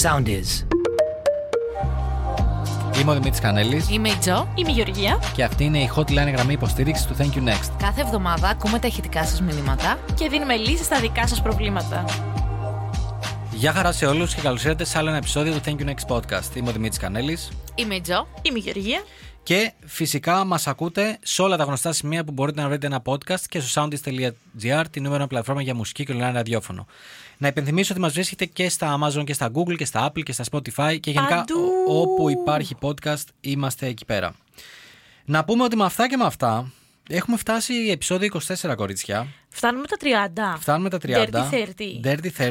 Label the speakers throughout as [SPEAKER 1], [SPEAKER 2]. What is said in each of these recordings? [SPEAKER 1] sound is.
[SPEAKER 2] Είμαι ο Δημήτρης Κανέλης
[SPEAKER 3] Είμαι η Τζο.
[SPEAKER 4] Είμαι η Γεωργία
[SPEAKER 2] και αυτή είναι η hotline γραμμή υποστήριξης του Thank You Next.
[SPEAKER 3] Κάθε εβδομάδα ακούμε τα ηχητικά σας μηνύματα.
[SPEAKER 4] και δίνουμε λύσεις στα δικά σας προβλήματα.
[SPEAKER 2] Γεια χαρά σε όλους και καλώς ήρθατε σε άλλο ένα επεισόδιο του Thank You Next Podcast. Είμαι ο Δημήτρης Κανέλης
[SPEAKER 3] Είμαι η Τζο.
[SPEAKER 4] Είμαι η Γεωργία.
[SPEAKER 2] και φυσικά μας ακούτε σε όλα τα γνωστά σημεία που μπορείτε να βρείτε ένα podcast και στο soundist.gr, την νούμερο πλατφόρμα για μουσική και online ραδιόφωνο. Να υπενθυμίσω ότι μας βρίσκεται και στα Amazon και στα Google και στα Apple και στα Spotify και γενικά
[SPEAKER 4] Παντού.
[SPEAKER 2] ό- όπου υπάρχει podcast είμαστε εκεί πέρα. Να πούμε ότι με αυτά και με αυτά έχουμε φτάσει επεισόδιο 24 κορίτσια.
[SPEAKER 4] Φτάνουμε τα 30.
[SPEAKER 2] Φτάνουμε τα 30.
[SPEAKER 4] Dirty 30.
[SPEAKER 2] Dirty 30,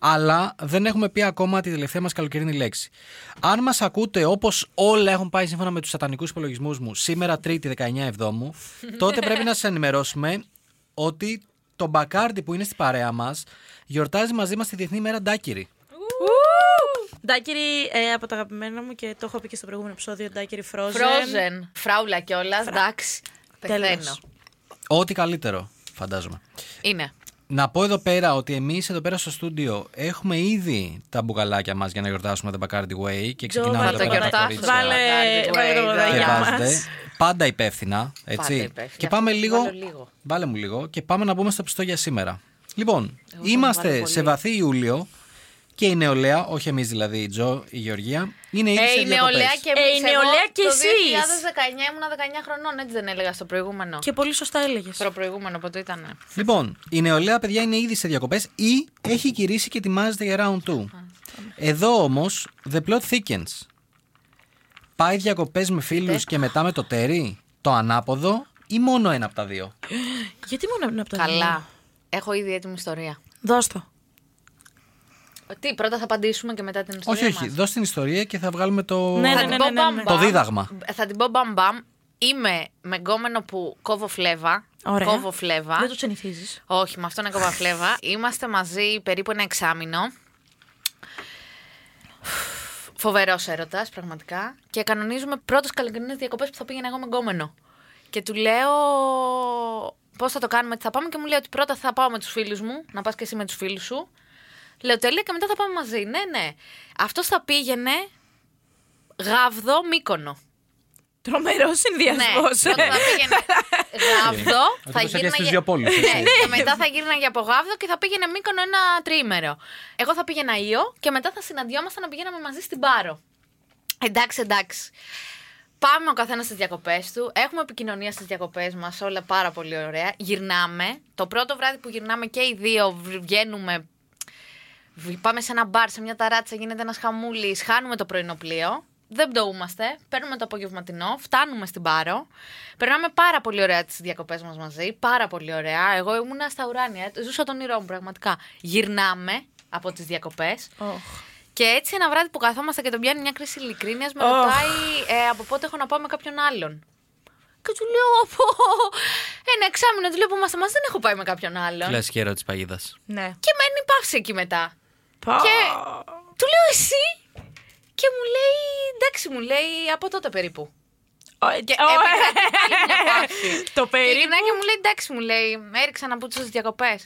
[SPEAKER 2] αλλά δεν έχουμε πει ακόμα τη τελευταία μας καλοκαιρινή λέξη. Αν μας ακούτε όπως όλα έχουν πάει σύμφωνα με τους σατανικούς υπολογισμούς μου σήμερα, Τρίτη 19 Εβδόμου, τότε πρέπει να σας ενημερώσουμε ότι το μπακάρντι που είναι στην παρέα μας γιορτάζει μαζί μας τη Διεθνή Μέρα Ντάκυρη.
[SPEAKER 4] Ντάκερι ε, από τα αγαπημένα μου και το έχω πει και στο προηγούμενο επεισόδιο. Ντάκερι Frozen.
[SPEAKER 3] Frozen. Φράουλα κιόλας. Εντάξει.
[SPEAKER 4] Τέλος.
[SPEAKER 3] Πεθαίνω.
[SPEAKER 2] Ό,τι καλύτερο, φαντάζομαι.
[SPEAKER 3] Είναι.
[SPEAKER 2] Να πω εδώ πέρα ότι εμείς εδώ πέρα στο στούντιο έχουμε ήδη τα μπουκαλάκια μας για να γιορτάσουμε τα Bacardi Way και
[SPEAKER 4] Τζο,
[SPEAKER 2] ξεκινάμε
[SPEAKER 4] να
[SPEAKER 2] εδώ
[SPEAKER 4] το
[SPEAKER 2] πέρα τα
[SPEAKER 3] γιορτάσουμε.
[SPEAKER 2] κορίτσια.
[SPEAKER 4] Βάλε,
[SPEAKER 3] Bacardi
[SPEAKER 4] βάλε
[SPEAKER 3] Way,
[SPEAKER 4] τα
[SPEAKER 2] και
[SPEAKER 4] βαδάκια
[SPEAKER 3] Γεια
[SPEAKER 2] βάζετε.
[SPEAKER 4] μας.
[SPEAKER 2] Πάντα υπεύθυνα. Έτσι.
[SPEAKER 3] Πάντα υπεύθυνα.
[SPEAKER 2] Και πάμε
[SPEAKER 3] Βάλω
[SPEAKER 2] λίγο,
[SPEAKER 3] λίγο.
[SPEAKER 2] Βάλε μου λίγο και πάμε να μπούμε στο πιστό για σήμερα. Λοιπόν, είμαστε σε βαθύ Ιούλιο και η νεολαία, όχι εμείς δηλαδή, η Τζο, η Γεωργία, είναι ήδη
[SPEAKER 3] Ε,
[SPEAKER 2] σε
[SPEAKER 3] η νεολαία
[SPEAKER 2] διακοπές.
[SPEAKER 3] και
[SPEAKER 4] Ε, η
[SPEAKER 3] εμείς. Εγώ
[SPEAKER 4] νεολαία και
[SPEAKER 3] το
[SPEAKER 4] εσείς.
[SPEAKER 3] 2019 ήμουν 19 χρονών, έτσι δεν έλεγα στο προηγούμενο.
[SPEAKER 4] Και πολύ σωστά έλεγες.
[SPEAKER 3] Στο προηγούμενο, πότε ήταν.
[SPEAKER 2] Λοιπόν, η νεολαία, παιδιά, είναι ήδη σε διακοπές ή έχει κυρίσει και ετοιμάζεται για round 2. Εδώ όμως, the plot thickens. Πάει διακοπές με φίλους και μετά με το τέρι, το ανάποδο ή μόνο ένα από τα δύο.
[SPEAKER 4] Γιατί μόνο από τα δύο?
[SPEAKER 3] Καλά. Έχω ήδη έτοιμη ιστορία.
[SPEAKER 4] Δώσ' το.
[SPEAKER 3] Τι, πρώτα θα απαντήσουμε και μετά την ιστορία.
[SPEAKER 2] όχι, όχι.
[SPEAKER 3] μας.
[SPEAKER 2] Δώσ' την ιστορία και θα βγάλουμε το.
[SPEAKER 4] Ναι,
[SPEAKER 3] Θα
[SPEAKER 4] ναι,
[SPEAKER 3] την
[SPEAKER 4] ναι,
[SPEAKER 3] πω
[SPEAKER 4] ναι, ναι,
[SPEAKER 3] μπαμ,
[SPEAKER 4] ναι.
[SPEAKER 3] μπαμ.
[SPEAKER 2] Το δίδαγμα.
[SPEAKER 3] Θα την πω μπαμ μπαμ. Είμαι με γκόμενο που κόβω φλέβα.
[SPEAKER 4] Ωραία.
[SPEAKER 3] Κόβω φλέβα.
[SPEAKER 4] Δεν το συνηθίζει.
[SPEAKER 3] Όχι, με αυτόν έκοβα φλέβα. Είμαστε μαζί περίπου ένα εξάμηνο. Φοβερός έρωτας, πραγματικά. Και κανονίζουμε πρώτες καλοκαιρινές διακοπές που θα πήγαινα εγώ με γκόμενο. Και του λέω πώς θα το κάνουμε, τι θα πάμε. Και μου λέει ότι πρώτα θα πάω με τους φίλους μου, να πας και εσύ με τους φίλους σου. Λέω τέλεια και μετά θα πάμε μαζί. Ναι, ναι. Αυτός θα πήγαινε γάβδο μήκονο.
[SPEAKER 4] Τρομερό συνδυασμός.
[SPEAKER 3] Ναι, πρώτα θα πήγαινε Γάβδο.
[SPEAKER 2] Ότι
[SPEAKER 3] θα
[SPEAKER 2] όπως έκανε
[SPEAKER 3] γύρναγε...
[SPEAKER 2] στις δύο πόλεις,
[SPEAKER 3] Ναι,
[SPEAKER 2] έτσι.
[SPEAKER 3] και μετά θα γύρναγε από Γάβδο και θα πήγαινε Μύκονο ένα τρίμερο. Εγώ θα πήγαινα Ήο και μετά θα συναντιόμασταν να πηγαίναμε μαζί στην Πάρο. Εντάξει, εντάξει. Πάμε ο καθένας στις διακοπές του. Έχουμε επικοινωνία στις διακοπές μας, όλα πάρα πολύ ωραία. Γυρνάμε. Το πρώτο βράδυ που γυρνάμε και οι δύο β- βγαίνουμε. β- Πάμε σε ένα μπαρ, σε μια ταράτσα, γίνεται ένας χαμούλης. Χάνουμε το πρωινό πλοίο. Δεν πτωούμαστε. Παίρνουμε το απογευματινό. Φτάνουμε στην Πάρο. Περνάμε πάρα πολύ ωραία τις διακοπές μας μαζί. Πάρα πολύ ωραία. Εγώ ήμουνα στα ουράνια. Ζούσα τον ήρω μου, πραγματικά. Γυρνάμε από τις διακοπές. Και έτσι ένα βράδυ που καθόμαστε και τον πιάνει μια κρίση ειλικρίνειας, με
[SPEAKER 4] Οχ.
[SPEAKER 3] ρωτάει ε, από πότε έχω να πάω με κάποιον άλλον. Και του λέω από ένα εξάμεινο, του λέω που είμαστε μαζί, δεν έχω πάει με κάποιον άλλον.
[SPEAKER 2] Κλασική ερώτηση παγίδας.
[SPEAKER 4] Ναι.
[SPEAKER 3] Και μένει παύση εκεί μετά.
[SPEAKER 4] Πω.
[SPEAKER 3] Και- Του λέω εσύ. Και μου λέει, εντάξει, μου λέει από τότε περίπου.
[SPEAKER 4] Ω, και- ω, ε.
[SPEAKER 3] Άλλη μια παύση.
[SPEAKER 4] Το
[SPEAKER 3] Και
[SPEAKER 4] περίπου.
[SPEAKER 3] γυρνάει και μου λέει εντάξει, μου λέει, έριξα να πούτσω στι διακοπέ.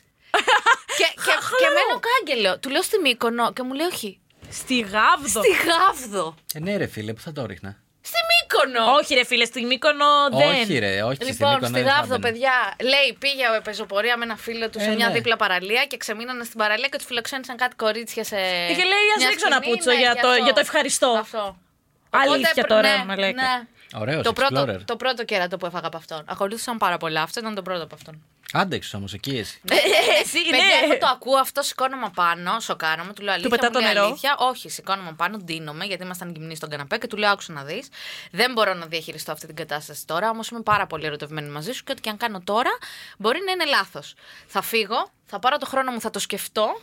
[SPEAKER 3] και, και, και μένω κάγκελο. Του λέω στη Μύκονο και μου λέει όχι.
[SPEAKER 4] Στη Γάβδο.
[SPEAKER 3] Στη Γάβδο.
[SPEAKER 2] Ε, ναι, ρε φίλε, που θα το ρίχνα.
[SPEAKER 3] Στη Μύκονο.
[SPEAKER 4] Όχι, ρε φίλε, στη Μύκονο δεν.
[SPEAKER 2] Όχι, ρε, όχι.
[SPEAKER 3] Λοιπόν,
[SPEAKER 2] Μύκονο
[SPEAKER 3] στη
[SPEAKER 2] δεν θα
[SPEAKER 3] Γάβδο,
[SPEAKER 2] μπαινε.
[SPEAKER 3] παιδιά, λέει πήγε ο πεζοπορία με ένα φίλο του σε
[SPEAKER 2] Ε,
[SPEAKER 3] μια
[SPEAKER 2] ναι.
[SPEAKER 3] δίπλα παραλία και ξεμείνανε στην παραλία και τους φιλοξένησαν κάτι κορίτσια σε.
[SPEAKER 4] Και λέει, «Ας
[SPEAKER 3] μια
[SPEAKER 4] ρίξω ένα
[SPEAKER 3] σκηνή»,
[SPEAKER 4] πούτσο
[SPEAKER 3] ναι,
[SPEAKER 4] για
[SPEAKER 3] γι'
[SPEAKER 4] το-
[SPEAKER 3] αυτό.
[SPEAKER 4] για το ευχαριστώ.
[SPEAKER 3] Αυτό.
[SPEAKER 4] Αλήθεια
[SPEAKER 3] Οπότε,
[SPEAKER 4] τώρα,
[SPEAKER 3] ναι,
[SPEAKER 4] μαλάκα.
[SPEAKER 3] ναι.
[SPEAKER 2] Ωραίος,
[SPEAKER 3] το πρώτο,
[SPEAKER 2] explorer.
[SPEAKER 3] το πρώτο κέρατο που έφαγα από αυτόν. Ακολούθησαν πάρα πολλά. Αυτό ήταν το πρώτο από αυτόν.
[SPEAKER 2] Άντεξες όμως εκεί εσύ.
[SPEAKER 4] Εσύ,
[SPEAKER 3] Παιδιά,
[SPEAKER 4] ναι.
[SPEAKER 3] εγώ το ακούω αυτό, σηκώνομαι πάνω, σοκάρομαι, του λέω αλήθεια.
[SPEAKER 4] πετά
[SPEAKER 3] μου
[SPEAKER 4] το
[SPEAKER 3] λέει
[SPEAKER 4] νερό.
[SPEAKER 3] Αλήθεια. Όχι, σηκώνομαι πάνω, ντύνομαι, γιατί ήμασταν γυμνοί στον καναπέ και του λέω άκουσα να δεις. Δεν μπορώ να διαχειριστώ αυτή την κατάσταση τώρα, όμως είμαι πάρα πολύ ερωτευμένη μαζί σου και ό,τι και αν κάνω τώρα μπορεί να είναι λάθος. Θα φύγω, θα πάρω το χρόνο μου, θα το σκεφτώ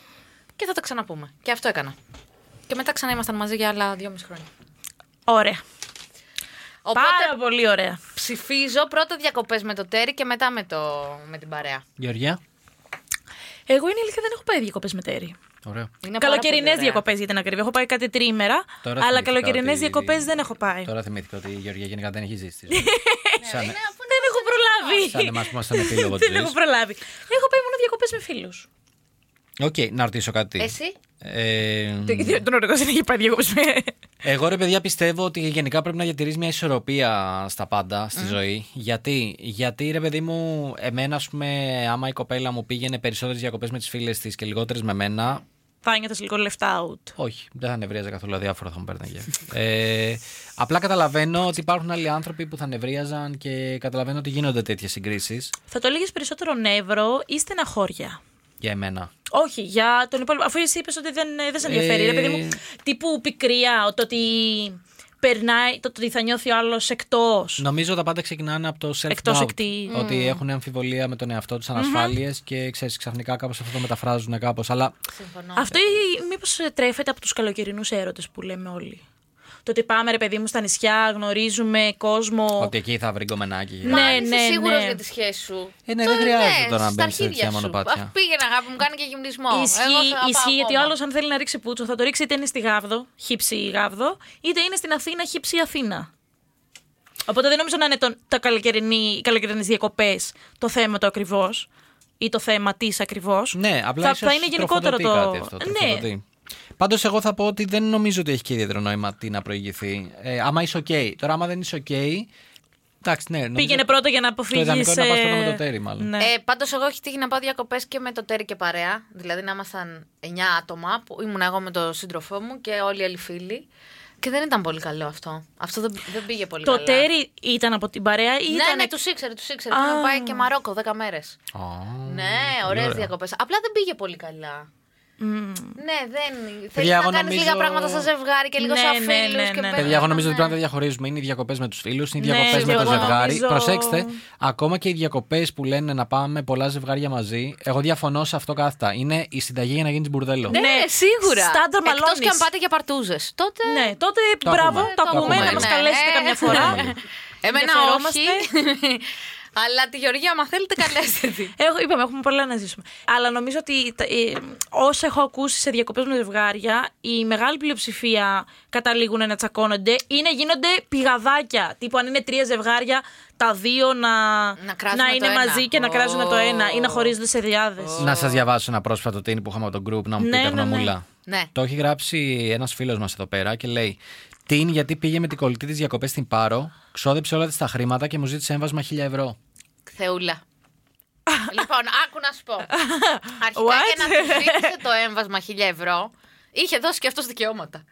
[SPEAKER 3] και θα το ξαναπούμε. Και αυτό έκανα. Και μετά ξανά ήμασταν μαζί για άλλα δυόμιση χρόνια.
[SPEAKER 4] Ωραία.
[SPEAKER 3] Οπότε
[SPEAKER 4] Πάρα πολύ ωραία.
[SPEAKER 3] ψηφίζω πρώτα διακοπές με το τέρι και μετά με, το, με την παρέα.
[SPEAKER 2] Γεωργία.
[SPEAKER 4] Εγώ είναι ηλικία δεν έχω πάει διακοπές με τέρι.
[SPEAKER 2] Ωραίο.
[SPEAKER 3] Είναι πάρα πολύ
[SPEAKER 4] Καλοκαιρινέ
[SPEAKER 3] ωραία.
[SPEAKER 4] διακοπές για την ακρίβεια. Έχω πάει κάτι τρίμερα.
[SPEAKER 2] Τώρα
[SPEAKER 4] αλλά
[SPEAKER 2] θυμήθηκα
[SPEAKER 4] καλοκαιρινές
[SPEAKER 2] ότι-
[SPEAKER 4] διακοπές δεν έχω πάει.
[SPEAKER 2] Τώρα θυμήθηκα ότι η Γεωργία γενικά δεν έχει ζήσει. τη ζωή. σαν
[SPEAKER 3] Ναι, αφού είναι
[SPEAKER 4] Δεν έχω
[SPEAKER 2] σαν
[SPEAKER 4] προλάβει.
[SPEAKER 2] εμάς που ήμασταν επίλογο τη
[SPEAKER 4] Δεν έχω προλάβει. Έχω πάει μόνο διακοπές με φίλους.
[SPEAKER 2] Οκ, να ρωτήσω κάτι.
[SPEAKER 3] Εσύ.
[SPEAKER 2] Ε,
[SPEAKER 4] Τον ορικό δεν έχει πάει διακοπές.
[SPEAKER 2] Εγώ ρε παιδιά πιστεύω ότι γενικά πρέπει να διατηρείς μια ισορροπία στα πάντα στη ζωή. Γιατί, γιατί ρε παιδί μου, εμένα ας πούμε άμα η κοπέλα μου πήγαινε περισσότερες διακοπές με τις φίλες της και λιγότερες με μένα,
[SPEAKER 4] Θα νιώθει λίγο left out.
[SPEAKER 2] όχι, δεν θα νευρίαζα καθόλου, αδιάφορα θα μου παίρναγε. ε, απλά καταλαβαίνω ότι υπάρχουν άλλοι άνθρωποι που θα νευρίαζαν και καταλαβαίνω ότι γίνονται τέτοιες συγκρίσεις
[SPEAKER 4] Θα το έλεγες περισσότερο νεύρο ή στεναχώρια.
[SPEAKER 2] για εμένα.
[SPEAKER 4] Όχι, για τον υπόλοιπο. Αφού εσύ είπες ότι δεν, ε, δεν σε ενδιαφέρει,
[SPEAKER 2] Ε.
[SPEAKER 4] ρε παιδί μου. Τύπου πικρία, το ότι περνάει, το ότι θα νιώθει ο άλλος εκτός.
[SPEAKER 2] Νομίζω τα πάντα ξεκινάνε από το self-doubt.
[SPEAKER 4] Εκτός εκτή.
[SPEAKER 2] Ότι έχουν αμφιβολία με τον εαυτό τους ανασφάλειες και ξέρεις ξαφνικά κάπως αυτό το μεταφράζουν κάπως. Αλλά
[SPEAKER 3] Συμφωνώ.
[SPEAKER 4] Αυτό μήπως τρέφεται από τους καλοκαιρινούς έρωτες που λέμε όλοι. Το ότι πάμε, ρε παιδί μου, στα νησιά, γνωρίζουμε κόσμο.
[SPEAKER 2] Ότι εκεί θα βρει γκομενάκι.
[SPEAKER 4] Ναι,
[SPEAKER 3] Αν είσαι
[SPEAKER 4] ναι,
[SPEAKER 3] σίγουρος
[SPEAKER 4] ναι.
[SPEAKER 3] για τη σχέση σου.
[SPEAKER 2] Ε, ναι, δεν χρειάζεται τώρα να
[SPEAKER 3] στα
[SPEAKER 2] μπαίνεις σε
[SPEAKER 3] αρχίδια
[SPEAKER 2] τέτοια
[SPEAKER 3] σου.
[SPEAKER 2] μονοπάτια.
[SPEAKER 3] Α, Πήγαινε αγάπη μου, κάνει και γυμνισμό. Εγώ
[SPEAKER 4] Ισχύει,
[SPEAKER 3] θα πάω
[SPEAKER 4] ισχύει γιατί ο
[SPEAKER 3] ακόμα.
[SPEAKER 4] άλλος, αν θέλει να ρίξει πούτσο, θα το ρίξει είτε είναι στη Γάβδο, χύψη Γάβδο, είτε είναι στην Αθήνα, χύψη Αθήνα. Οπότε δεν νομίζω να είναι το, τα καλοκαιρινή, οι καλοκαιρινές διακοπές το θέμα το ακριβώς ή το θέμα της ακριβώς.
[SPEAKER 2] Ναι, απλά
[SPEAKER 4] θα,
[SPEAKER 2] ίσως
[SPEAKER 4] θα είναι γενικότερο
[SPEAKER 2] τροφοδοτεί
[SPEAKER 4] το.
[SPEAKER 2] Κάτι αυτό,
[SPEAKER 4] ναι,
[SPEAKER 2] ναι. Πάντως, εγώ θα πω ότι δεν νομίζω ότι έχει και ιδιαίτερο νόημα τι να προηγηθεί. Ε, άμα είσαι OK. Τώρα, άμα δεν είσαι OK. Εντάξει, ναι, νομίζω
[SPEAKER 4] πήγαινε πρώτα για να αποφύγει.
[SPEAKER 2] ιδανικό είναι να πας πρώτα με το τέρι, μάλλον.
[SPEAKER 4] Ναι.
[SPEAKER 3] Ε, Πάντως, εγώ έχει τύχει να πάω διακοπές και με το τέρι και παρέα. Δηλαδή, να ήμασταν 9 άτομα που ήμουν εγώ με τον σύντροφό μου και όλοι οι άλλοι φίλοι. Και δεν ήταν πολύ καλό αυτό. Αυτό δεν, δεν πήγε πολύ
[SPEAKER 4] το
[SPEAKER 3] καλά.
[SPEAKER 4] τέρι ήταν από την παρέα ή
[SPEAKER 3] Ναι,
[SPEAKER 4] ήταν.
[SPEAKER 3] ναι, τους ήξερε, τους ήξερε. Είχαμε πάει και Μαρόκο 10 μέρες.
[SPEAKER 2] Α,
[SPEAKER 3] Ναι,
[SPEAKER 2] πολύ
[SPEAKER 3] ωραίε
[SPEAKER 2] ωραία.
[SPEAKER 3] διακοπές. Απλά δεν πήγε πολύ καλά. Ναι, δεν. Θέλεις
[SPEAKER 2] Παιδιά,
[SPEAKER 3] να
[SPEAKER 2] εγώ
[SPEAKER 3] κάνεις
[SPEAKER 2] νομίζω-
[SPEAKER 3] λίγα πράγματα σαν ζευγάρι και λίγο
[SPEAKER 4] Ναι,
[SPEAKER 3] σαν
[SPEAKER 4] ναι,
[SPEAKER 3] φίλους.
[SPEAKER 4] ναι,
[SPEAKER 3] και
[SPEAKER 4] ναι.
[SPEAKER 2] Παιδιά, εγώ νομίζω ότι πρέπει να τα διαχωρίζουμε. Είναι οι διακοπές με τους φίλους, είναι οι
[SPEAKER 4] Ναι,
[SPEAKER 2] διακοπές
[SPEAKER 4] και
[SPEAKER 2] με το
[SPEAKER 4] εγώ
[SPEAKER 2] ζευγάρι.
[SPEAKER 4] νομίζω-
[SPEAKER 2] Προσέξτε, ακόμα και οι διακοπές που λένε να πάμε πολλά ζευγάρια μαζί, εγώ διαφωνώ σε αυτό κάθετα. Είναι η συνταγή για να γίνει μπουρδέλο.
[SPEAKER 3] Ναι, σίγουρα.
[SPEAKER 4] Στάντα
[SPEAKER 3] Εκτός και αν
[SPEAKER 4] μαλώνεις.
[SPEAKER 3] πάτε για παρτούζες. Τότε.
[SPEAKER 4] Ναι, τότε
[SPEAKER 2] Το
[SPEAKER 4] μπράβο,
[SPEAKER 2] ακούμε. Το
[SPEAKER 4] τα ακούμε,
[SPEAKER 2] ακούμε,
[SPEAKER 4] να μας
[SPEAKER 2] ναι.
[SPEAKER 4] καλέσετε καμιά φορά.
[SPEAKER 3] Εμένα
[SPEAKER 4] Ενδιαφερόμαστε.
[SPEAKER 3] όχι. Αλλά τη Γεωργία, άμα θέλετε, καλέστε τη.
[SPEAKER 4] Έχω, είπαμε, έχουμε πολλά να ζήσουμε. Αλλά νομίζω ότι τα- ε, όσα έχω ακούσει σε διακοπές με ζευγάρια, η μεγάλη πλειοψηφία καταλήγουν να τσακώνονται ή να γίνονται πηγαδάκια. Τύπου αν είναι τρία ζευγάρια, τα δύο να,
[SPEAKER 3] κράζουν το
[SPEAKER 4] είναι
[SPEAKER 3] ένα.
[SPEAKER 4] μαζί και να
[SPEAKER 3] Ω.
[SPEAKER 4] κράζουν το ένα ή να χωρίζονται σε διάδες.
[SPEAKER 2] Να σας διαβάσω ένα πρόσφατο τίνι που είχαμε από τον group να μου
[SPEAKER 4] Ναι,
[SPEAKER 2] πείτε
[SPEAKER 4] ναι, ναι.
[SPEAKER 2] γνωμούλα.
[SPEAKER 3] Ναι.
[SPEAKER 2] Το έχει γράψει ένας φίλος μας εδώ πέρα και λέει: Την γιατί πήγε με την κολλητή της διακοπές στην Πάρο, ξόδεψε όλα της τα χρήματα και μου ζήτησε έμβασμα 1000 ευρώ.
[SPEAKER 3] Θεούλα. λοιπόν, άκου να σου πω. Αρχικά
[SPEAKER 4] What?
[SPEAKER 3] και να του ζήτησε το έμβασμα 1000 ευρώ, είχε δώσει και αυτός δικαιώματα.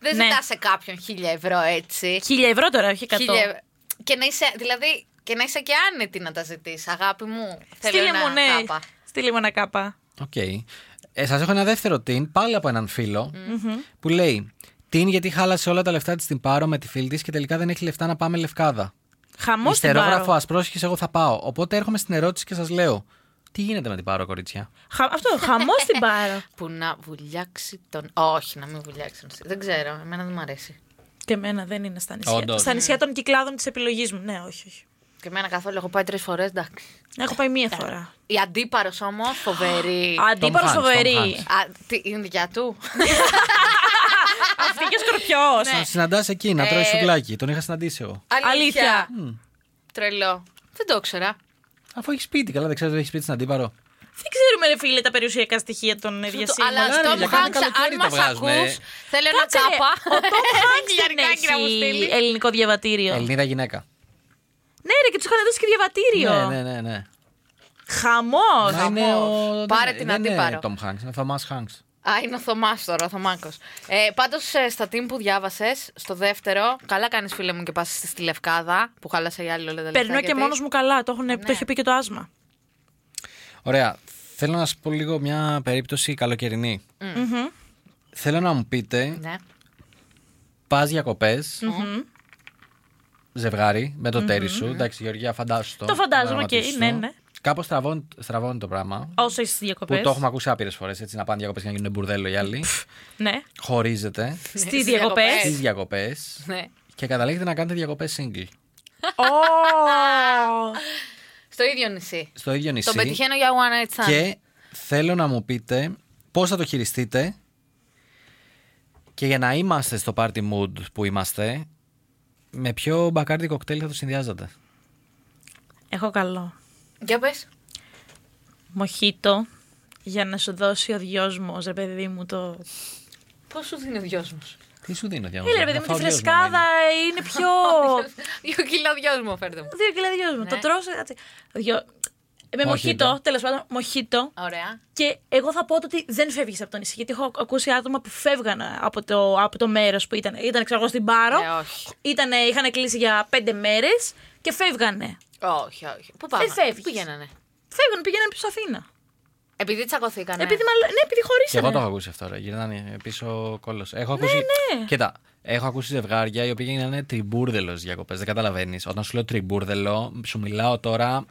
[SPEAKER 3] Δεν
[SPEAKER 4] Ναι.
[SPEAKER 3] ζητά σε κάποιον 1000 ευρώ έτσι.
[SPEAKER 4] Χίλια ευρώ τώρα, όχι εκατό.
[SPEAKER 3] Χίλια ευ- Και να είσαι, δηλαδή, και να είσαι και άνετη να τα ζητήσει, αγάπη μου. Θέλω
[SPEAKER 4] Στείλε
[SPEAKER 3] ένα
[SPEAKER 4] μου, ναι.
[SPEAKER 3] κάπα.
[SPEAKER 4] Στείλε μου ένα κάπα.
[SPEAKER 2] Οκ. Ε, Σας έχω ένα δεύτερο την, πάλι από έναν φίλο, που λέει: Την γιατί χάλασε όλα τα λεφτά της στην Πάρο με τη φίλη της και τελικά δεν έχει λεφτά να πάμε λευκάδα.
[SPEAKER 4] Χαμός στην
[SPEAKER 2] Ιστερόγραφο,
[SPEAKER 4] Πάρο.
[SPEAKER 2] α πρόσχε, εγώ θα πάω. Οπότε έρχομαι στην ερώτηση και σας λέω: Τι γίνεται με την Πάρο, κορίτσια.
[SPEAKER 4] Χα- Αυτό, χαμός στην Πάρο.
[SPEAKER 3] Που να βουλιάξει τον. Όχι, να μην βουλιάξει τον. Δεν ξέρω, εμένα δεν μου αρέσει.
[SPEAKER 4] Και εμένα δεν είναι στα νησιά.
[SPEAKER 2] Όντως.
[SPEAKER 4] Στα νησιά των κυκλάδων της επιλογής μου. Ναι, όχι, όχι.
[SPEAKER 3] Και εμένα καθόλου έχω πάει τρεις φορές, εντάξει.
[SPEAKER 4] Έχω πάει μία
[SPEAKER 3] Ναι.
[SPEAKER 4] φορά.
[SPEAKER 3] Η αντίπαρος όμως, φοβερή.
[SPEAKER 4] Αντίπαρος
[SPEAKER 2] Hanks, Tom
[SPEAKER 4] φοβερή.
[SPEAKER 2] Hanks.
[SPEAKER 3] Α, τι, είναι δικιά του.
[SPEAKER 4] Αυτή και σκορπιός.
[SPEAKER 3] Ναι.
[SPEAKER 2] Τον συναντάς εκεί
[SPEAKER 4] Ε.
[SPEAKER 2] να τρώει σουβλάκι. Τον είχα συναντήσει εγώ.
[SPEAKER 4] Αλήθεια.
[SPEAKER 3] Τρελό. Δεν το ήξερα.
[SPEAKER 2] Αφού έχεις σπίτι, καλά, δεν ξέρω ότι έχεις σπίτι στην αντίπαρο.
[SPEAKER 4] Δεν ξέρουμε, ρε φίλε, τα περιουσιακά στοιχεία των διασύμων.
[SPEAKER 3] Αλλά
[SPEAKER 2] μαλάκα,
[SPEAKER 3] στο
[SPEAKER 2] για
[SPEAKER 3] μου
[SPEAKER 2] κάθε
[SPEAKER 3] χάξα, αν
[SPEAKER 2] καλοκαίρι τα
[SPEAKER 3] μας ακού,
[SPEAKER 2] βγάζουνε.
[SPEAKER 3] θέλω ένα κάπα.
[SPEAKER 4] Ο Tom Hanks δεν Ε,
[SPEAKER 3] Λιαρικάκι να μου
[SPEAKER 4] έχει
[SPEAKER 3] στείλει.
[SPEAKER 4] ελληνικό διαβατήριο.
[SPEAKER 2] Ελληνίδα γυναίκα.
[SPEAKER 4] Ναι, ρε, και τους είχαν δώσει και διαβατήριο.
[SPEAKER 2] Ναι, ναι, ναι. ναι.
[SPEAKER 4] Χαμός.
[SPEAKER 2] Μα είναι ο...
[SPEAKER 3] Πάρε
[SPEAKER 2] δεν-
[SPEAKER 3] την
[SPEAKER 2] δεν
[SPEAKER 3] αντίπαρο.
[SPEAKER 2] Είναι Tom Hanks, είναι Thomas Hanks.
[SPEAKER 3] Α, είναι ο Θωμάς τώρα, ο Θωμάκος. Ε, Πάντως, στα team που διάβασες, στο δεύτερο, καλά κάνεις φίλε μου και πας στη Λευκάδα που χάλασε η άλλη όλα τα λεφτά.
[SPEAKER 4] Περνώ και
[SPEAKER 3] γιατί- Ναι.
[SPEAKER 4] μόνος μου καλά. Το, έχουν, το έχει πει και το άσμα.
[SPEAKER 2] Ωραία. Θέλω να σα πω λίγο μια περίπτωση καλοκαιρινή.
[SPEAKER 3] Mm.
[SPEAKER 4] Μμμ.
[SPEAKER 2] Θέλω να μου πείτε,
[SPEAKER 3] Ναι.
[SPEAKER 2] πας
[SPEAKER 4] Mm-hmm.
[SPEAKER 2] ζευγάρι με το τέρι σου. Εντάξει, Γεωργία, φαντάσου το.
[SPEAKER 4] Το φαντάζομαι
[SPEAKER 2] να
[SPEAKER 4] και-
[SPEAKER 2] ρωτήσεις
[SPEAKER 4] ναι,
[SPEAKER 2] το.
[SPEAKER 4] ναι.
[SPEAKER 2] Κάπως στραβώνει, στραβώνει το πράγμα.
[SPEAKER 4] Όσο είσαι στις
[SPEAKER 2] Που
[SPEAKER 4] διακοπέ.
[SPEAKER 2] το έχουμε ακούσει άπειρες φορές, έτσι να πάνε διακοπές και να γίνουν μπουρδέλο οι άλλοι.
[SPEAKER 4] Ναι.
[SPEAKER 2] Χωρίζεται
[SPEAKER 4] Στις
[SPEAKER 3] στις
[SPEAKER 4] διακοπές.
[SPEAKER 3] διακοπές.
[SPEAKER 2] στις διακοπές
[SPEAKER 3] ναι.
[SPEAKER 2] και καταλήγετε να κάνετε διακοπές single.
[SPEAKER 3] Στο ίδιο νησί.
[SPEAKER 2] Στο ίδιο νησί.
[SPEAKER 3] Τον πετυχαίνω για one night stand.
[SPEAKER 2] Και θέλω να μου πείτε πώς θα το χειριστείτε και για να είμαστε στο party mood που είμαστε, με ποιο μπακάρτι κοκτέιλ θα το συνδυάζατε.
[SPEAKER 4] Έχω καλό.
[SPEAKER 3] Για πες.
[SPEAKER 4] Μοχίτο. για να σου δώσει ο δυόσμο, ρε παιδί μου, το.
[SPEAKER 3] Πώς σου δίνει ο δυόσμο.
[SPEAKER 2] Τι σου δίνω για να
[SPEAKER 4] Έλα,
[SPEAKER 2] φάω
[SPEAKER 4] ρε παιδί μου, τη
[SPEAKER 2] δυόσμο,
[SPEAKER 4] φρεσκάδα είναι πιο.
[SPEAKER 3] Δύο κιλά δυόσμο, φέρτε μου.
[SPEAKER 4] Δύο κιλά δυόσμο. Το τρως, έτσι. Δυο- Με μοχίτο,
[SPEAKER 2] Μοχίτο.
[SPEAKER 4] τέλος πάντων, μοχίτο.
[SPEAKER 3] Ωραία.
[SPEAKER 4] Και εγώ θα πω το ότι δεν φεύγεις από το νησί. Γιατί έχω ακούσει άτομα που φεύγαν από το, από το μέρος που ήταν. Ήταν, ξέρω εγώ, στην Πάρο.
[SPEAKER 3] Ε, όχι.
[SPEAKER 4] Ήτανε, είχαν κλείσει για πέντε μέρες και φεύγανε.
[SPEAKER 3] Όχι, όχι. Πού πάμε.
[SPEAKER 4] Δεν φεύγεις.
[SPEAKER 3] Πού πηγαίνανε.
[SPEAKER 4] Φεύγανε, πήγαιναν πίσω Αθήνα.
[SPEAKER 3] Επειδή τσακωθήκανε.
[SPEAKER 4] Επειδή, μαλα- ναι, επειδή
[SPEAKER 2] Και εγώ
[SPEAKER 4] χωρίσανε.
[SPEAKER 2] το έχω ακούσει αυτό. Ρε. Γυρνάνε πίσω κόλλο. Έχω ακούσει.
[SPEAKER 4] ναι.
[SPEAKER 2] Κοίτα, έχω ακούσει ζευγάρια οι οποίοι γίνανε τριμπούρδελος διακοπές. Δεν καταλαβαίνεις. Όταν σου λέω τριμπούρδελο, σου μιλάω τώρα.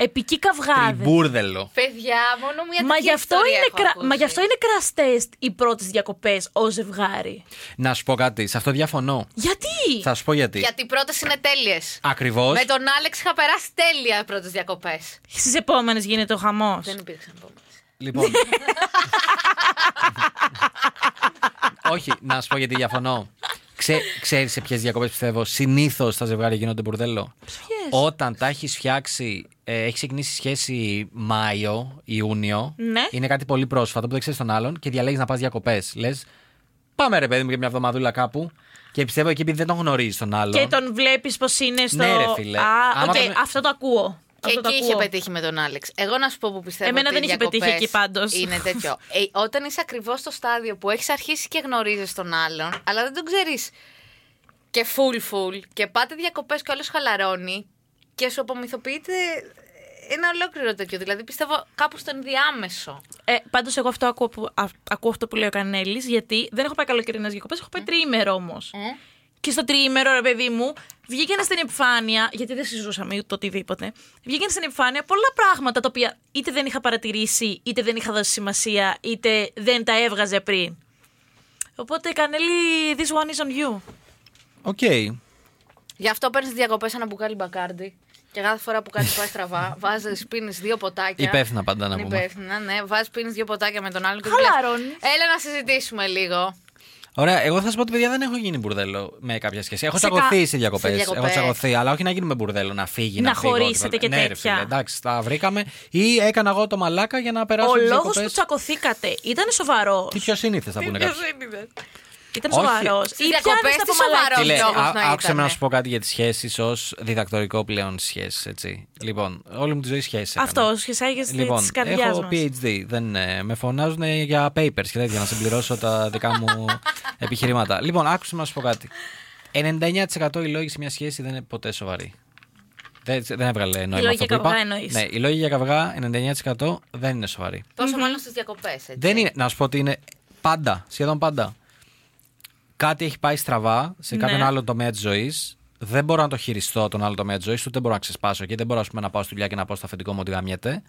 [SPEAKER 4] Επική καυγάδες.
[SPEAKER 2] Τριμπούρδελο.
[SPEAKER 3] Παιδιά, μόνο μια
[SPEAKER 4] Μα
[SPEAKER 3] τέτοια
[SPEAKER 4] γι, αυτό
[SPEAKER 3] ιστορία
[SPEAKER 4] είναι
[SPEAKER 3] έχω
[SPEAKER 4] κρα...
[SPEAKER 3] ακούσει.
[SPEAKER 4] Μα γι' αυτό είναι κραστέ οι πρώτες διακοπές ως ζευγάρι.
[SPEAKER 2] Να σου πω κάτι. Σε αυτό διαφωνώ.
[SPEAKER 4] Γιατί!
[SPEAKER 2] Θα σου πω γιατί.
[SPEAKER 3] Γιατί οι πρώτες είναι τέλειες.
[SPEAKER 2] Ακριβώς.
[SPEAKER 3] Με τον Άλεξ είχα περάσει τέλεια πρώτες διακοπές.
[SPEAKER 4] Στις επόμενες γίνεται ο χαμός.
[SPEAKER 3] Δεν υπήρξαν επόμενες.
[SPEAKER 2] Λοιπόν. Όχι, να σου πω γιατί διαφωνώ. Ξέ, ξέρεις σε ποιες διακοπές πιστεύω συνήθως τα ζευγάρια γίνονται μπουρδέλο. Όταν τα έχεις φτιάξει, ε, έχεις ξεκινήσει σχέση Μάιο, Ιούνιο.
[SPEAKER 4] Ναι.
[SPEAKER 2] Είναι κάτι πολύ πρόσφατο που δεν ξέρεις τον άλλον και διαλέγεις να πας διακοπές. Λες, πάμε ρε παιδί μου για μια εβδομαδούλα κάπου. Και πιστεύω εκεί επειδή δεν τον γνωρίζεις τον άλλον.
[SPEAKER 4] Και τον βλέπεις πως είναι στο.
[SPEAKER 2] Ναι, ρε, φίλε.
[SPEAKER 4] Α,
[SPEAKER 2] Άμα
[SPEAKER 4] οκ,
[SPEAKER 2] τον-
[SPEAKER 4] αυτό το ακούω.
[SPEAKER 3] Και
[SPEAKER 4] αυτό το
[SPEAKER 3] εκεί είχε
[SPEAKER 4] ακούω.
[SPEAKER 3] πετύχει με τον Άλεξ. Εγώ να σου πω που πιστεύω.
[SPEAKER 4] Εμένα
[SPEAKER 3] ότι
[SPEAKER 4] δεν
[SPEAKER 3] οι
[SPEAKER 4] είχε πετύχει
[SPEAKER 3] διακοπές
[SPEAKER 4] εκεί πάντως.
[SPEAKER 3] Είναι τέτοιο. Ε, όταν είσαι ακριβώς στο στάδιο που έχεις αρχίσει και γνωρίζεις τον άλλον, αλλά δεν τον ξέρεις και full full και πάτε διακοπές και όλο χαλαρώνει και σου απομυθοποιείται ένα ολόκληρο τέτοιο. Δηλαδή πιστεύω κάπου στον διάμεσο.
[SPEAKER 4] Ε, Πάντως, εγώ αυτό ακούω, που, α, ακούω αυτό που λέει ο Κανέλης, γιατί δεν έχω πάει καλοκαιρινές διακοπές, έχω πάει τριήμερο όμως. Και στο τριήμερο, ρε παιδί μου, βγήκαν στην επιφάνεια, γιατί δεν συζούσαμε ούτε οτιδήποτε. Βγήκαν στην επιφάνεια πολλά πράγματα τα οποία είτε δεν είχα παρατηρήσει, είτε δεν είχα δώσει σημασία, είτε δεν τα έβγαζε πριν. Οπότε, Κανέλη, this one is on you.
[SPEAKER 2] Οκ.
[SPEAKER 3] Γι' αυτό παίρνεις διακοπές ένα μπουκάλι μπακάρντι. Και κάθε φορά που κάτι πάει στραβά, βάζεις, πίνεις δύο ποτάκια.
[SPEAKER 2] Υπεύθυνα πάντα να
[SPEAKER 3] Είναι
[SPEAKER 2] πούμε.
[SPEAKER 3] Υπεύθυνα, ναι. Βάζεις, πίνεις δύο ποτάκια με τον άλλον και του
[SPEAKER 4] Χαλαρώνεις.
[SPEAKER 3] λες, Έλα να συζητήσουμε λίγο.
[SPEAKER 2] Ωραία, εγώ θα σα πω ότι παιδιά δεν έχω γίνει μπουρδέλο με κάποια σχέση. Έχω
[SPEAKER 4] Σε κα-
[SPEAKER 2] τσακωθεί
[SPEAKER 4] σε
[SPEAKER 2] σε διακοπές.
[SPEAKER 3] διακοπές.
[SPEAKER 2] Έχω τσακωθεί, αλλά όχι να γίνουμε μπουρδέλο, να φύγει, να,
[SPEAKER 4] Να
[SPEAKER 2] φύγω,
[SPEAKER 4] χωρίσετε
[SPEAKER 2] τίποτα.
[SPEAKER 4] και
[SPEAKER 2] ναι, ρε,
[SPEAKER 4] τέτοια.
[SPEAKER 2] φίλε, εντάξει, τα βρήκαμε. Ή έκανα εγώ το μαλάκα για να περάσω
[SPEAKER 4] Ο
[SPEAKER 2] τις
[SPEAKER 4] λόγος
[SPEAKER 2] διακοπές.
[SPEAKER 4] που τσακωθήκατε ήταν σοβαρός.
[SPEAKER 2] Τι πιο σύνηθες θα πούνε
[SPEAKER 4] Ε,
[SPEAKER 2] κάποιοι.
[SPEAKER 4] Ήταν
[SPEAKER 2] Όχι.
[SPEAKER 4] σοβαρός.
[SPEAKER 3] Στις διακοπές τι σοβαρό
[SPEAKER 2] Φίλε,
[SPEAKER 3] λόγος
[SPEAKER 2] α-
[SPEAKER 3] να
[SPEAKER 2] άκουσε με
[SPEAKER 3] ήτανε.
[SPEAKER 2] να σου πω κάτι για τις σχέσεις ως διδακτορικό πλέον σχέσεις, έτσι. Λοιπόν, όλη μου τη ζωή σχέσεις.
[SPEAKER 4] Αυτό, σχεσάγε
[SPEAKER 2] Λοιπόν,
[SPEAKER 4] τη καρδιάς
[SPEAKER 2] έχω
[SPEAKER 4] μας.
[SPEAKER 2] PhD. Δεν, ε, με φωνάζουν για papers και τέτοια να συμπληρώσω τα δικά μου επιχειρήματα. Λοιπόν, άκουσα να σου πω κάτι. 99% οι λόγοι σε μια σχέση δεν είναι ποτέ σοβαροί. Δεν, δεν έβγαλε νόημα
[SPEAKER 4] λόγοι
[SPEAKER 2] αυτό
[SPEAKER 4] για
[SPEAKER 2] που είπα.
[SPEAKER 4] καυγά εννοείς.
[SPEAKER 2] Ναι, οι λόγοι για καυγά 99% δεν είναι σοβαροί.
[SPEAKER 3] Πόσο μάλλον στις διακοπές, έτσι.
[SPEAKER 2] Δεν είναι, να σου πω ότι είναι πάντα, σχεδόν πάντα. Κάτι έχει πάει στραβά σε κάποιον
[SPEAKER 4] Ναι.
[SPEAKER 2] άλλο τομέα της ζωής. Δεν μπορώ να το χειριστώ τον άλλο τομέα της ζωής, ούτε μπορώ να ξεσπάσω εκεί. Δεν μπορώ ας πούμε, να πάω στη δουλειά και να πω στο αφεντικό μου ότι γαμιέται.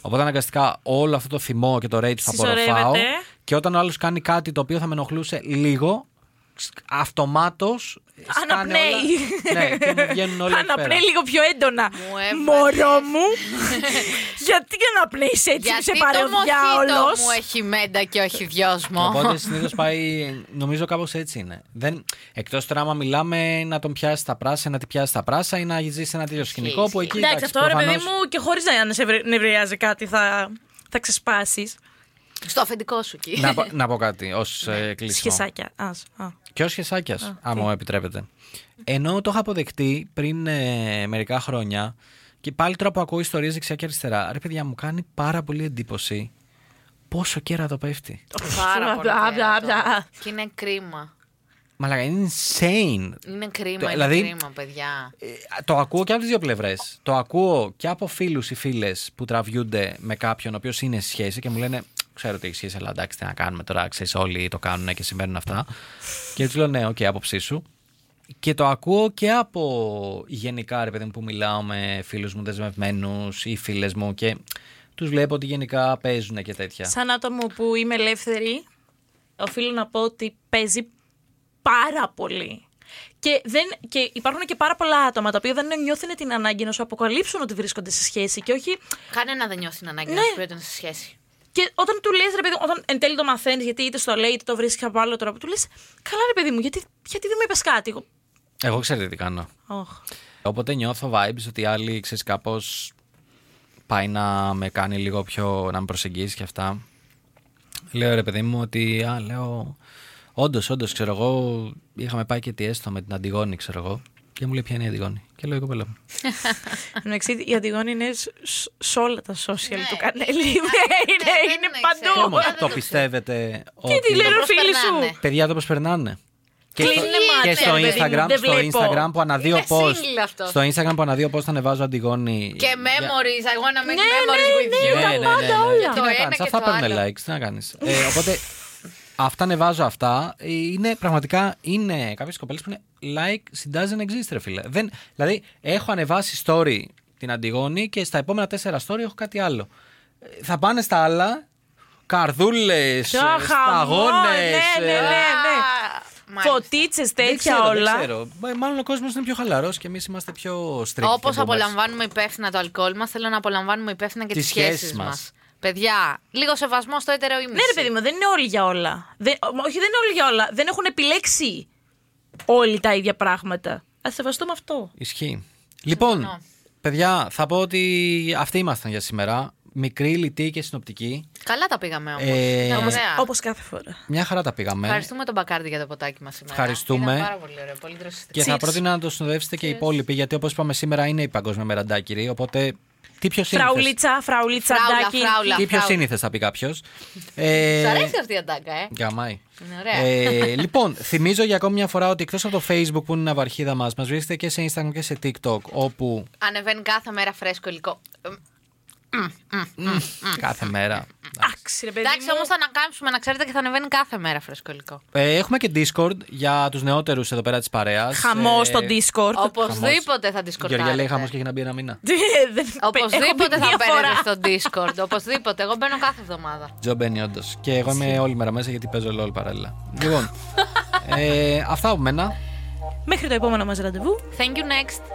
[SPEAKER 2] Οπότε αναγκαστικά όλο αυτό το θυμό και το rage θα απορροφάω.
[SPEAKER 4] Συσσωρεύεται.
[SPEAKER 2] Και όταν ο άλλος κάνει κάτι το οποίο θα με ενοχλούσε λίγο, αυτομάτως.
[SPEAKER 4] Αναπνέει.
[SPEAKER 2] Ναι, και μου βγαίνουν όλα εκεί πέρα.
[SPEAKER 4] Αναπνέει λίγο πιο έντονα.
[SPEAKER 3] Μου έβαλες.
[SPEAKER 4] Μωρό μου. Γιατί αναπνέεις έτσι,
[SPEAKER 3] Γιατί
[SPEAKER 4] σε
[SPEAKER 3] το μοχίτο
[SPEAKER 4] παρεοδιάολος.
[SPEAKER 3] μου έχει μέντα και όχι δυόσμο.
[SPEAKER 2] Οπότε συνήθως πάει. Νομίζω κάπως έτσι είναι. Δεν... Εκτός τώρα, άμα μιλάμε να τον πιάσεις τα πράσα, να τη πιάσεις τα πράσα ή να ζήσει ένα τέτοιο σκηνικό που εκεί.
[SPEAKER 4] Εντάξει, αυτό ρε
[SPEAKER 2] προφανώς-
[SPEAKER 4] παιδί μου και χωρίς να σε ευρε- νευριάζει κάτι θα, θα ξεσπάσεις.
[SPEAKER 3] Στο αφεντικό σου εκεί.
[SPEAKER 2] Να, πω- να πω κάτι ως
[SPEAKER 4] Ναι,
[SPEAKER 2] ε, κλείσιμο.
[SPEAKER 4] Σχεσάκια. Ας, α.
[SPEAKER 2] Και ως χεσάκια, άμα μου επιτρέπετε. Ενώ το είχα αποδεχτεί πριν ε, μερικά χρόνια και πάλι τώρα που ακούω ιστορίες δεξιά και αριστερά, ρε παιδιά μου κάνει πάρα πολύ εντύπωση πόσο κέρατο πέφτει.
[SPEAKER 3] Πάρα πολύ.
[SPEAKER 4] Μπλα, μπλα,
[SPEAKER 3] κέρατο.
[SPEAKER 4] μπλα.
[SPEAKER 3] Και είναι κρίμα.
[SPEAKER 2] Μαλάκα, είναι insane.
[SPEAKER 3] Είναι κρίμα,
[SPEAKER 2] Το-
[SPEAKER 3] είναι
[SPEAKER 2] δηλαδή-
[SPEAKER 3] κρίμα, παιδιά.
[SPEAKER 2] Ε, το ακούω και από τις δύο πλευρές. Το ακούω και από φίλους ή φίλες που τραβιούνται με κάποιον ο οποίος είναι σε σχέση και μου λένε Ξέρω ότι έχει σχέση, αλλά εντάξει, τι να κάνουμε τώρα. Ξέρεις, όλοι το κάνουν και συμβαίνουν αυτά. και τους λέω Ναι, οκ, άποψή σου. Και το ακούω και από γενικά, ρε παιδί μου, που μιλάω με φίλους μου δεσμευμένους ή φίλες μου και τους βλέπω ότι γενικά παίζουν και τέτοια.
[SPEAKER 4] Σαν άτομο που είμαι ελεύθερη, οφείλω να πω ότι παίζει πάρα πολύ. Και, δεν, και υπάρχουν και πάρα πολλά άτομα τα οποία δεν νιώθουν την ανάγκη να σου αποκαλύψουν ότι βρίσκονται σε σχέση και όχι
[SPEAKER 3] Κανένα δεν νιώθει την ανάγκη να
[SPEAKER 4] Ναι.
[SPEAKER 3] σου πει ότι είναι σε σχέση.
[SPEAKER 4] Και όταν του λες, ρε παιδί μου, όταν εν τέλει το μαθαίνεις, γιατί είτε στο λέει είτε το βρίσκεις από άλλο τρόπο, του λες, καλά ρε παιδί μου, γιατί, γιατί δεν μου είπες κάτι. Εγώ,
[SPEAKER 2] Εγώ ξέρετε τι κάνω.
[SPEAKER 4] «Ωχ».
[SPEAKER 2] Οπότε νιώθω vibes ότι οι άλλοι ξέρεις κάπως πάει να με κάνει λίγο πιο. να με προσεγγίσει και αυτά. Λέω ρε παιδί μου ότι. Α, λέω. Όντως, όντως, ξέρω εγώ. Είχαμε πάει και τι έστω με την Αντιγόνη, ξέρω εγώ. Και μου λέει ποια είναι η Αντιγόνη. Και λέω η κοπέλα μου.
[SPEAKER 4] Εντάξει, η Αντιγόνη είναι σ- σ- σε όλα τα social
[SPEAKER 3] Ναι,
[SPEAKER 4] του κανέλη.
[SPEAKER 3] είναι-
[SPEAKER 4] Είναι,
[SPEAKER 3] δεν
[SPEAKER 4] είναι, είναι
[SPEAKER 3] είναι,
[SPEAKER 4] παντού.
[SPEAKER 3] ξέρω.
[SPEAKER 2] Όμω
[SPEAKER 3] δεν
[SPEAKER 2] το
[SPEAKER 3] το
[SPEAKER 2] πιστεύετε.
[SPEAKER 4] Τι τη λένε φίλοι
[SPEAKER 3] προσπερνάνε.
[SPEAKER 4] σου.
[SPEAKER 2] Παιδιά, το πώ περνάνε. Και, στο-
[SPEAKER 4] Κλείνε
[SPEAKER 2] και
[SPEAKER 4] μάτια,
[SPEAKER 2] στο
[SPEAKER 4] ρε παιδί μου,
[SPEAKER 2] Instagram,
[SPEAKER 4] δεν
[SPEAKER 2] στο
[SPEAKER 4] βλέπω.
[SPEAKER 2] Instagram που αναδύο
[SPEAKER 3] Είναι
[SPEAKER 2] post.
[SPEAKER 3] single αυτός.
[SPEAKER 2] Στο Instagram που αναδύο post ανεβάζω Αντιγόνη.
[SPEAKER 3] Και
[SPEAKER 2] για-
[SPEAKER 3] memories, I wanna make
[SPEAKER 4] Ναι,
[SPEAKER 3] memories
[SPEAKER 4] ναι,
[SPEAKER 3] with
[SPEAKER 4] ναι,
[SPEAKER 3] you.
[SPEAKER 4] τα πάντα όλα.
[SPEAKER 2] Τι
[SPEAKER 3] Το
[SPEAKER 2] να
[SPEAKER 3] ένα
[SPEAKER 2] κάνεις,
[SPEAKER 3] και
[SPEAKER 2] αυτά
[SPEAKER 3] το
[SPEAKER 2] παίρνουν
[SPEAKER 3] άλλο.
[SPEAKER 2] likes, τι να κάνεις. Ε, οπότε αυτά ανεβάζω αυτά. Ε, Είναι πραγματικά, είναι κάποιες κοπέλες που είναι like, it doesn't exist ρε φίλε. Δεν, δηλαδή έχω ανεβάσει story την Αντιγόνη και στα επόμενα τέσσερα story έχω κάτι άλλο. Ε, Θα πάνε στα άλλα, καρδούλες, ε,
[SPEAKER 4] Ποιο χαμό,
[SPEAKER 2] σταγόνες.
[SPEAKER 4] ναι, ναι,
[SPEAKER 2] ε,
[SPEAKER 4] ναι.
[SPEAKER 3] Α, μάλιστα.
[SPEAKER 4] Φωτίτσες
[SPEAKER 2] Δεν
[SPEAKER 4] τέτοια
[SPEAKER 2] ξέρω, δεν
[SPEAKER 4] όλα.
[SPEAKER 2] ξέρω. Μα- Μάλλον ο κόσμος είναι πιο χαλαρός και εμείς είμαστε πιο strict.
[SPEAKER 3] Όπως
[SPEAKER 2] και boomers.
[SPEAKER 3] απολαμβάνουμε υπεύθυνα το αλκοόλ μας, θέλω να απολαμβάνουμε υπεύθυνα και τις
[SPEAKER 2] Τις
[SPEAKER 3] σχέσεις
[SPEAKER 2] σχέσεις
[SPEAKER 3] μας.
[SPEAKER 2] μας.
[SPEAKER 3] Παιδιά, λίγο σεβασμό στο έτερο ήμιση.
[SPEAKER 4] Ναι, ρε παιδί μου, δεν είναι όλοι για όλα. Δεν- ο- όχι, δεν είναι όλοι για όλα. Δεν έχουν επιλέξει όλοι τα ίδια πράγματα. Ας σεβαστούμε αυτό.
[SPEAKER 2] Ισχύει. Λοιπόν,
[SPEAKER 3] Συμφωνώ.
[SPEAKER 2] παιδιά, θα πω ότι αυτοί ήμασταν για σήμερα. Μικρή, λιτή και συνοπτική.
[SPEAKER 3] Καλά τα πήγαμε όμως.
[SPEAKER 2] Ε,
[SPEAKER 3] Ε,
[SPEAKER 2] όμως,
[SPEAKER 3] ωραία.
[SPEAKER 4] Όπως κάθε φορά.
[SPEAKER 2] Μια χαρά τα πήγαμε.
[SPEAKER 3] Ευχαριστούμε τον Μπακάρντι για το ποτάκι μας σήμερα.
[SPEAKER 2] Ευχαριστούμε.
[SPEAKER 3] Ήταν πάρα πολύ ωραίο, πολύ δροσιστικό.
[SPEAKER 2] Και θα πρότεινα να το συνοδεύσετε και οι υπόλοιποι, γιατί όπως είπαμε σήμερα είναι η Παγκόσμια Μέρα Ντάκυρη. Οπότε, τι πιο σύνηθες.
[SPEAKER 4] Φραουλίτσα, φραουλίτσα,
[SPEAKER 3] Φράουλα,
[SPEAKER 4] ντάκι.
[SPEAKER 3] φράουλα.
[SPEAKER 2] Τι πιο
[SPEAKER 3] φράουλα.
[SPEAKER 2] σύνηθες, θα πει κάποιος.
[SPEAKER 3] Σ' αρέσει αυτή η αντάκα, ε.
[SPEAKER 2] Γαμάει.
[SPEAKER 3] Είναι ωραία.
[SPEAKER 2] Ε, λοιπόν, θυμίζω για ακόμη μια φορά ότι εκτός από το Facebook που είναι η ναυαρχίδα μας, μας βρίσκεται και σε Instagram και σε TikTok, όπου
[SPEAKER 3] Ανεβαίνει κάθε μέρα φρέσκο υλικό. Ε,
[SPEAKER 2] κάθε μέρα.
[SPEAKER 4] Εντάξει, ρε παιδί
[SPEAKER 3] Εντάξει,
[SPEAKER 4] μου.
[SPEAKER 3] όμως θα ανακάμψουμε να ξέρετε και θα ανεβαίνει κάθε μέρα φρέσκο υλικό.
[SPEAKER 2] Ε, έχουμε και Discord για τους νεότερους εδώ πέρα Ε, της παρέας.
[SPEAKER 4] Χαμός στο Discord.
[SPEAKER 3] Οπωσδήποτε θα τη
[SPEAKER 2] Η Γεωργία λέει χαμός και
[SPEAKER 3] σκορτάρετε.
[SPEAKER 2] έχει να μπει ένα μήνα.
[SPEAKER 4] Δεν- έχω μπει
[SPEAKER 3] Οπωσδήποτε θα
[SPEAKER 4] μία φορά.
[SPEAKER 3] μπαίνετε στο Discord. Οπωσδήποτε. Εγώ μπαίνω κάθε εβδομάδα.
[SPEAKER 2] Τζο μπαίνει όντως. Και εγώ είμαι όλη μέρα μέσα γιατί παίζω LOL παράλληλα. Λοιπόν. ε, αυτά από μένα.
[SPEAKER 4] Μέχρι το επόμενο μας ραντεβού.
[SPEAKER 3] Thank you next.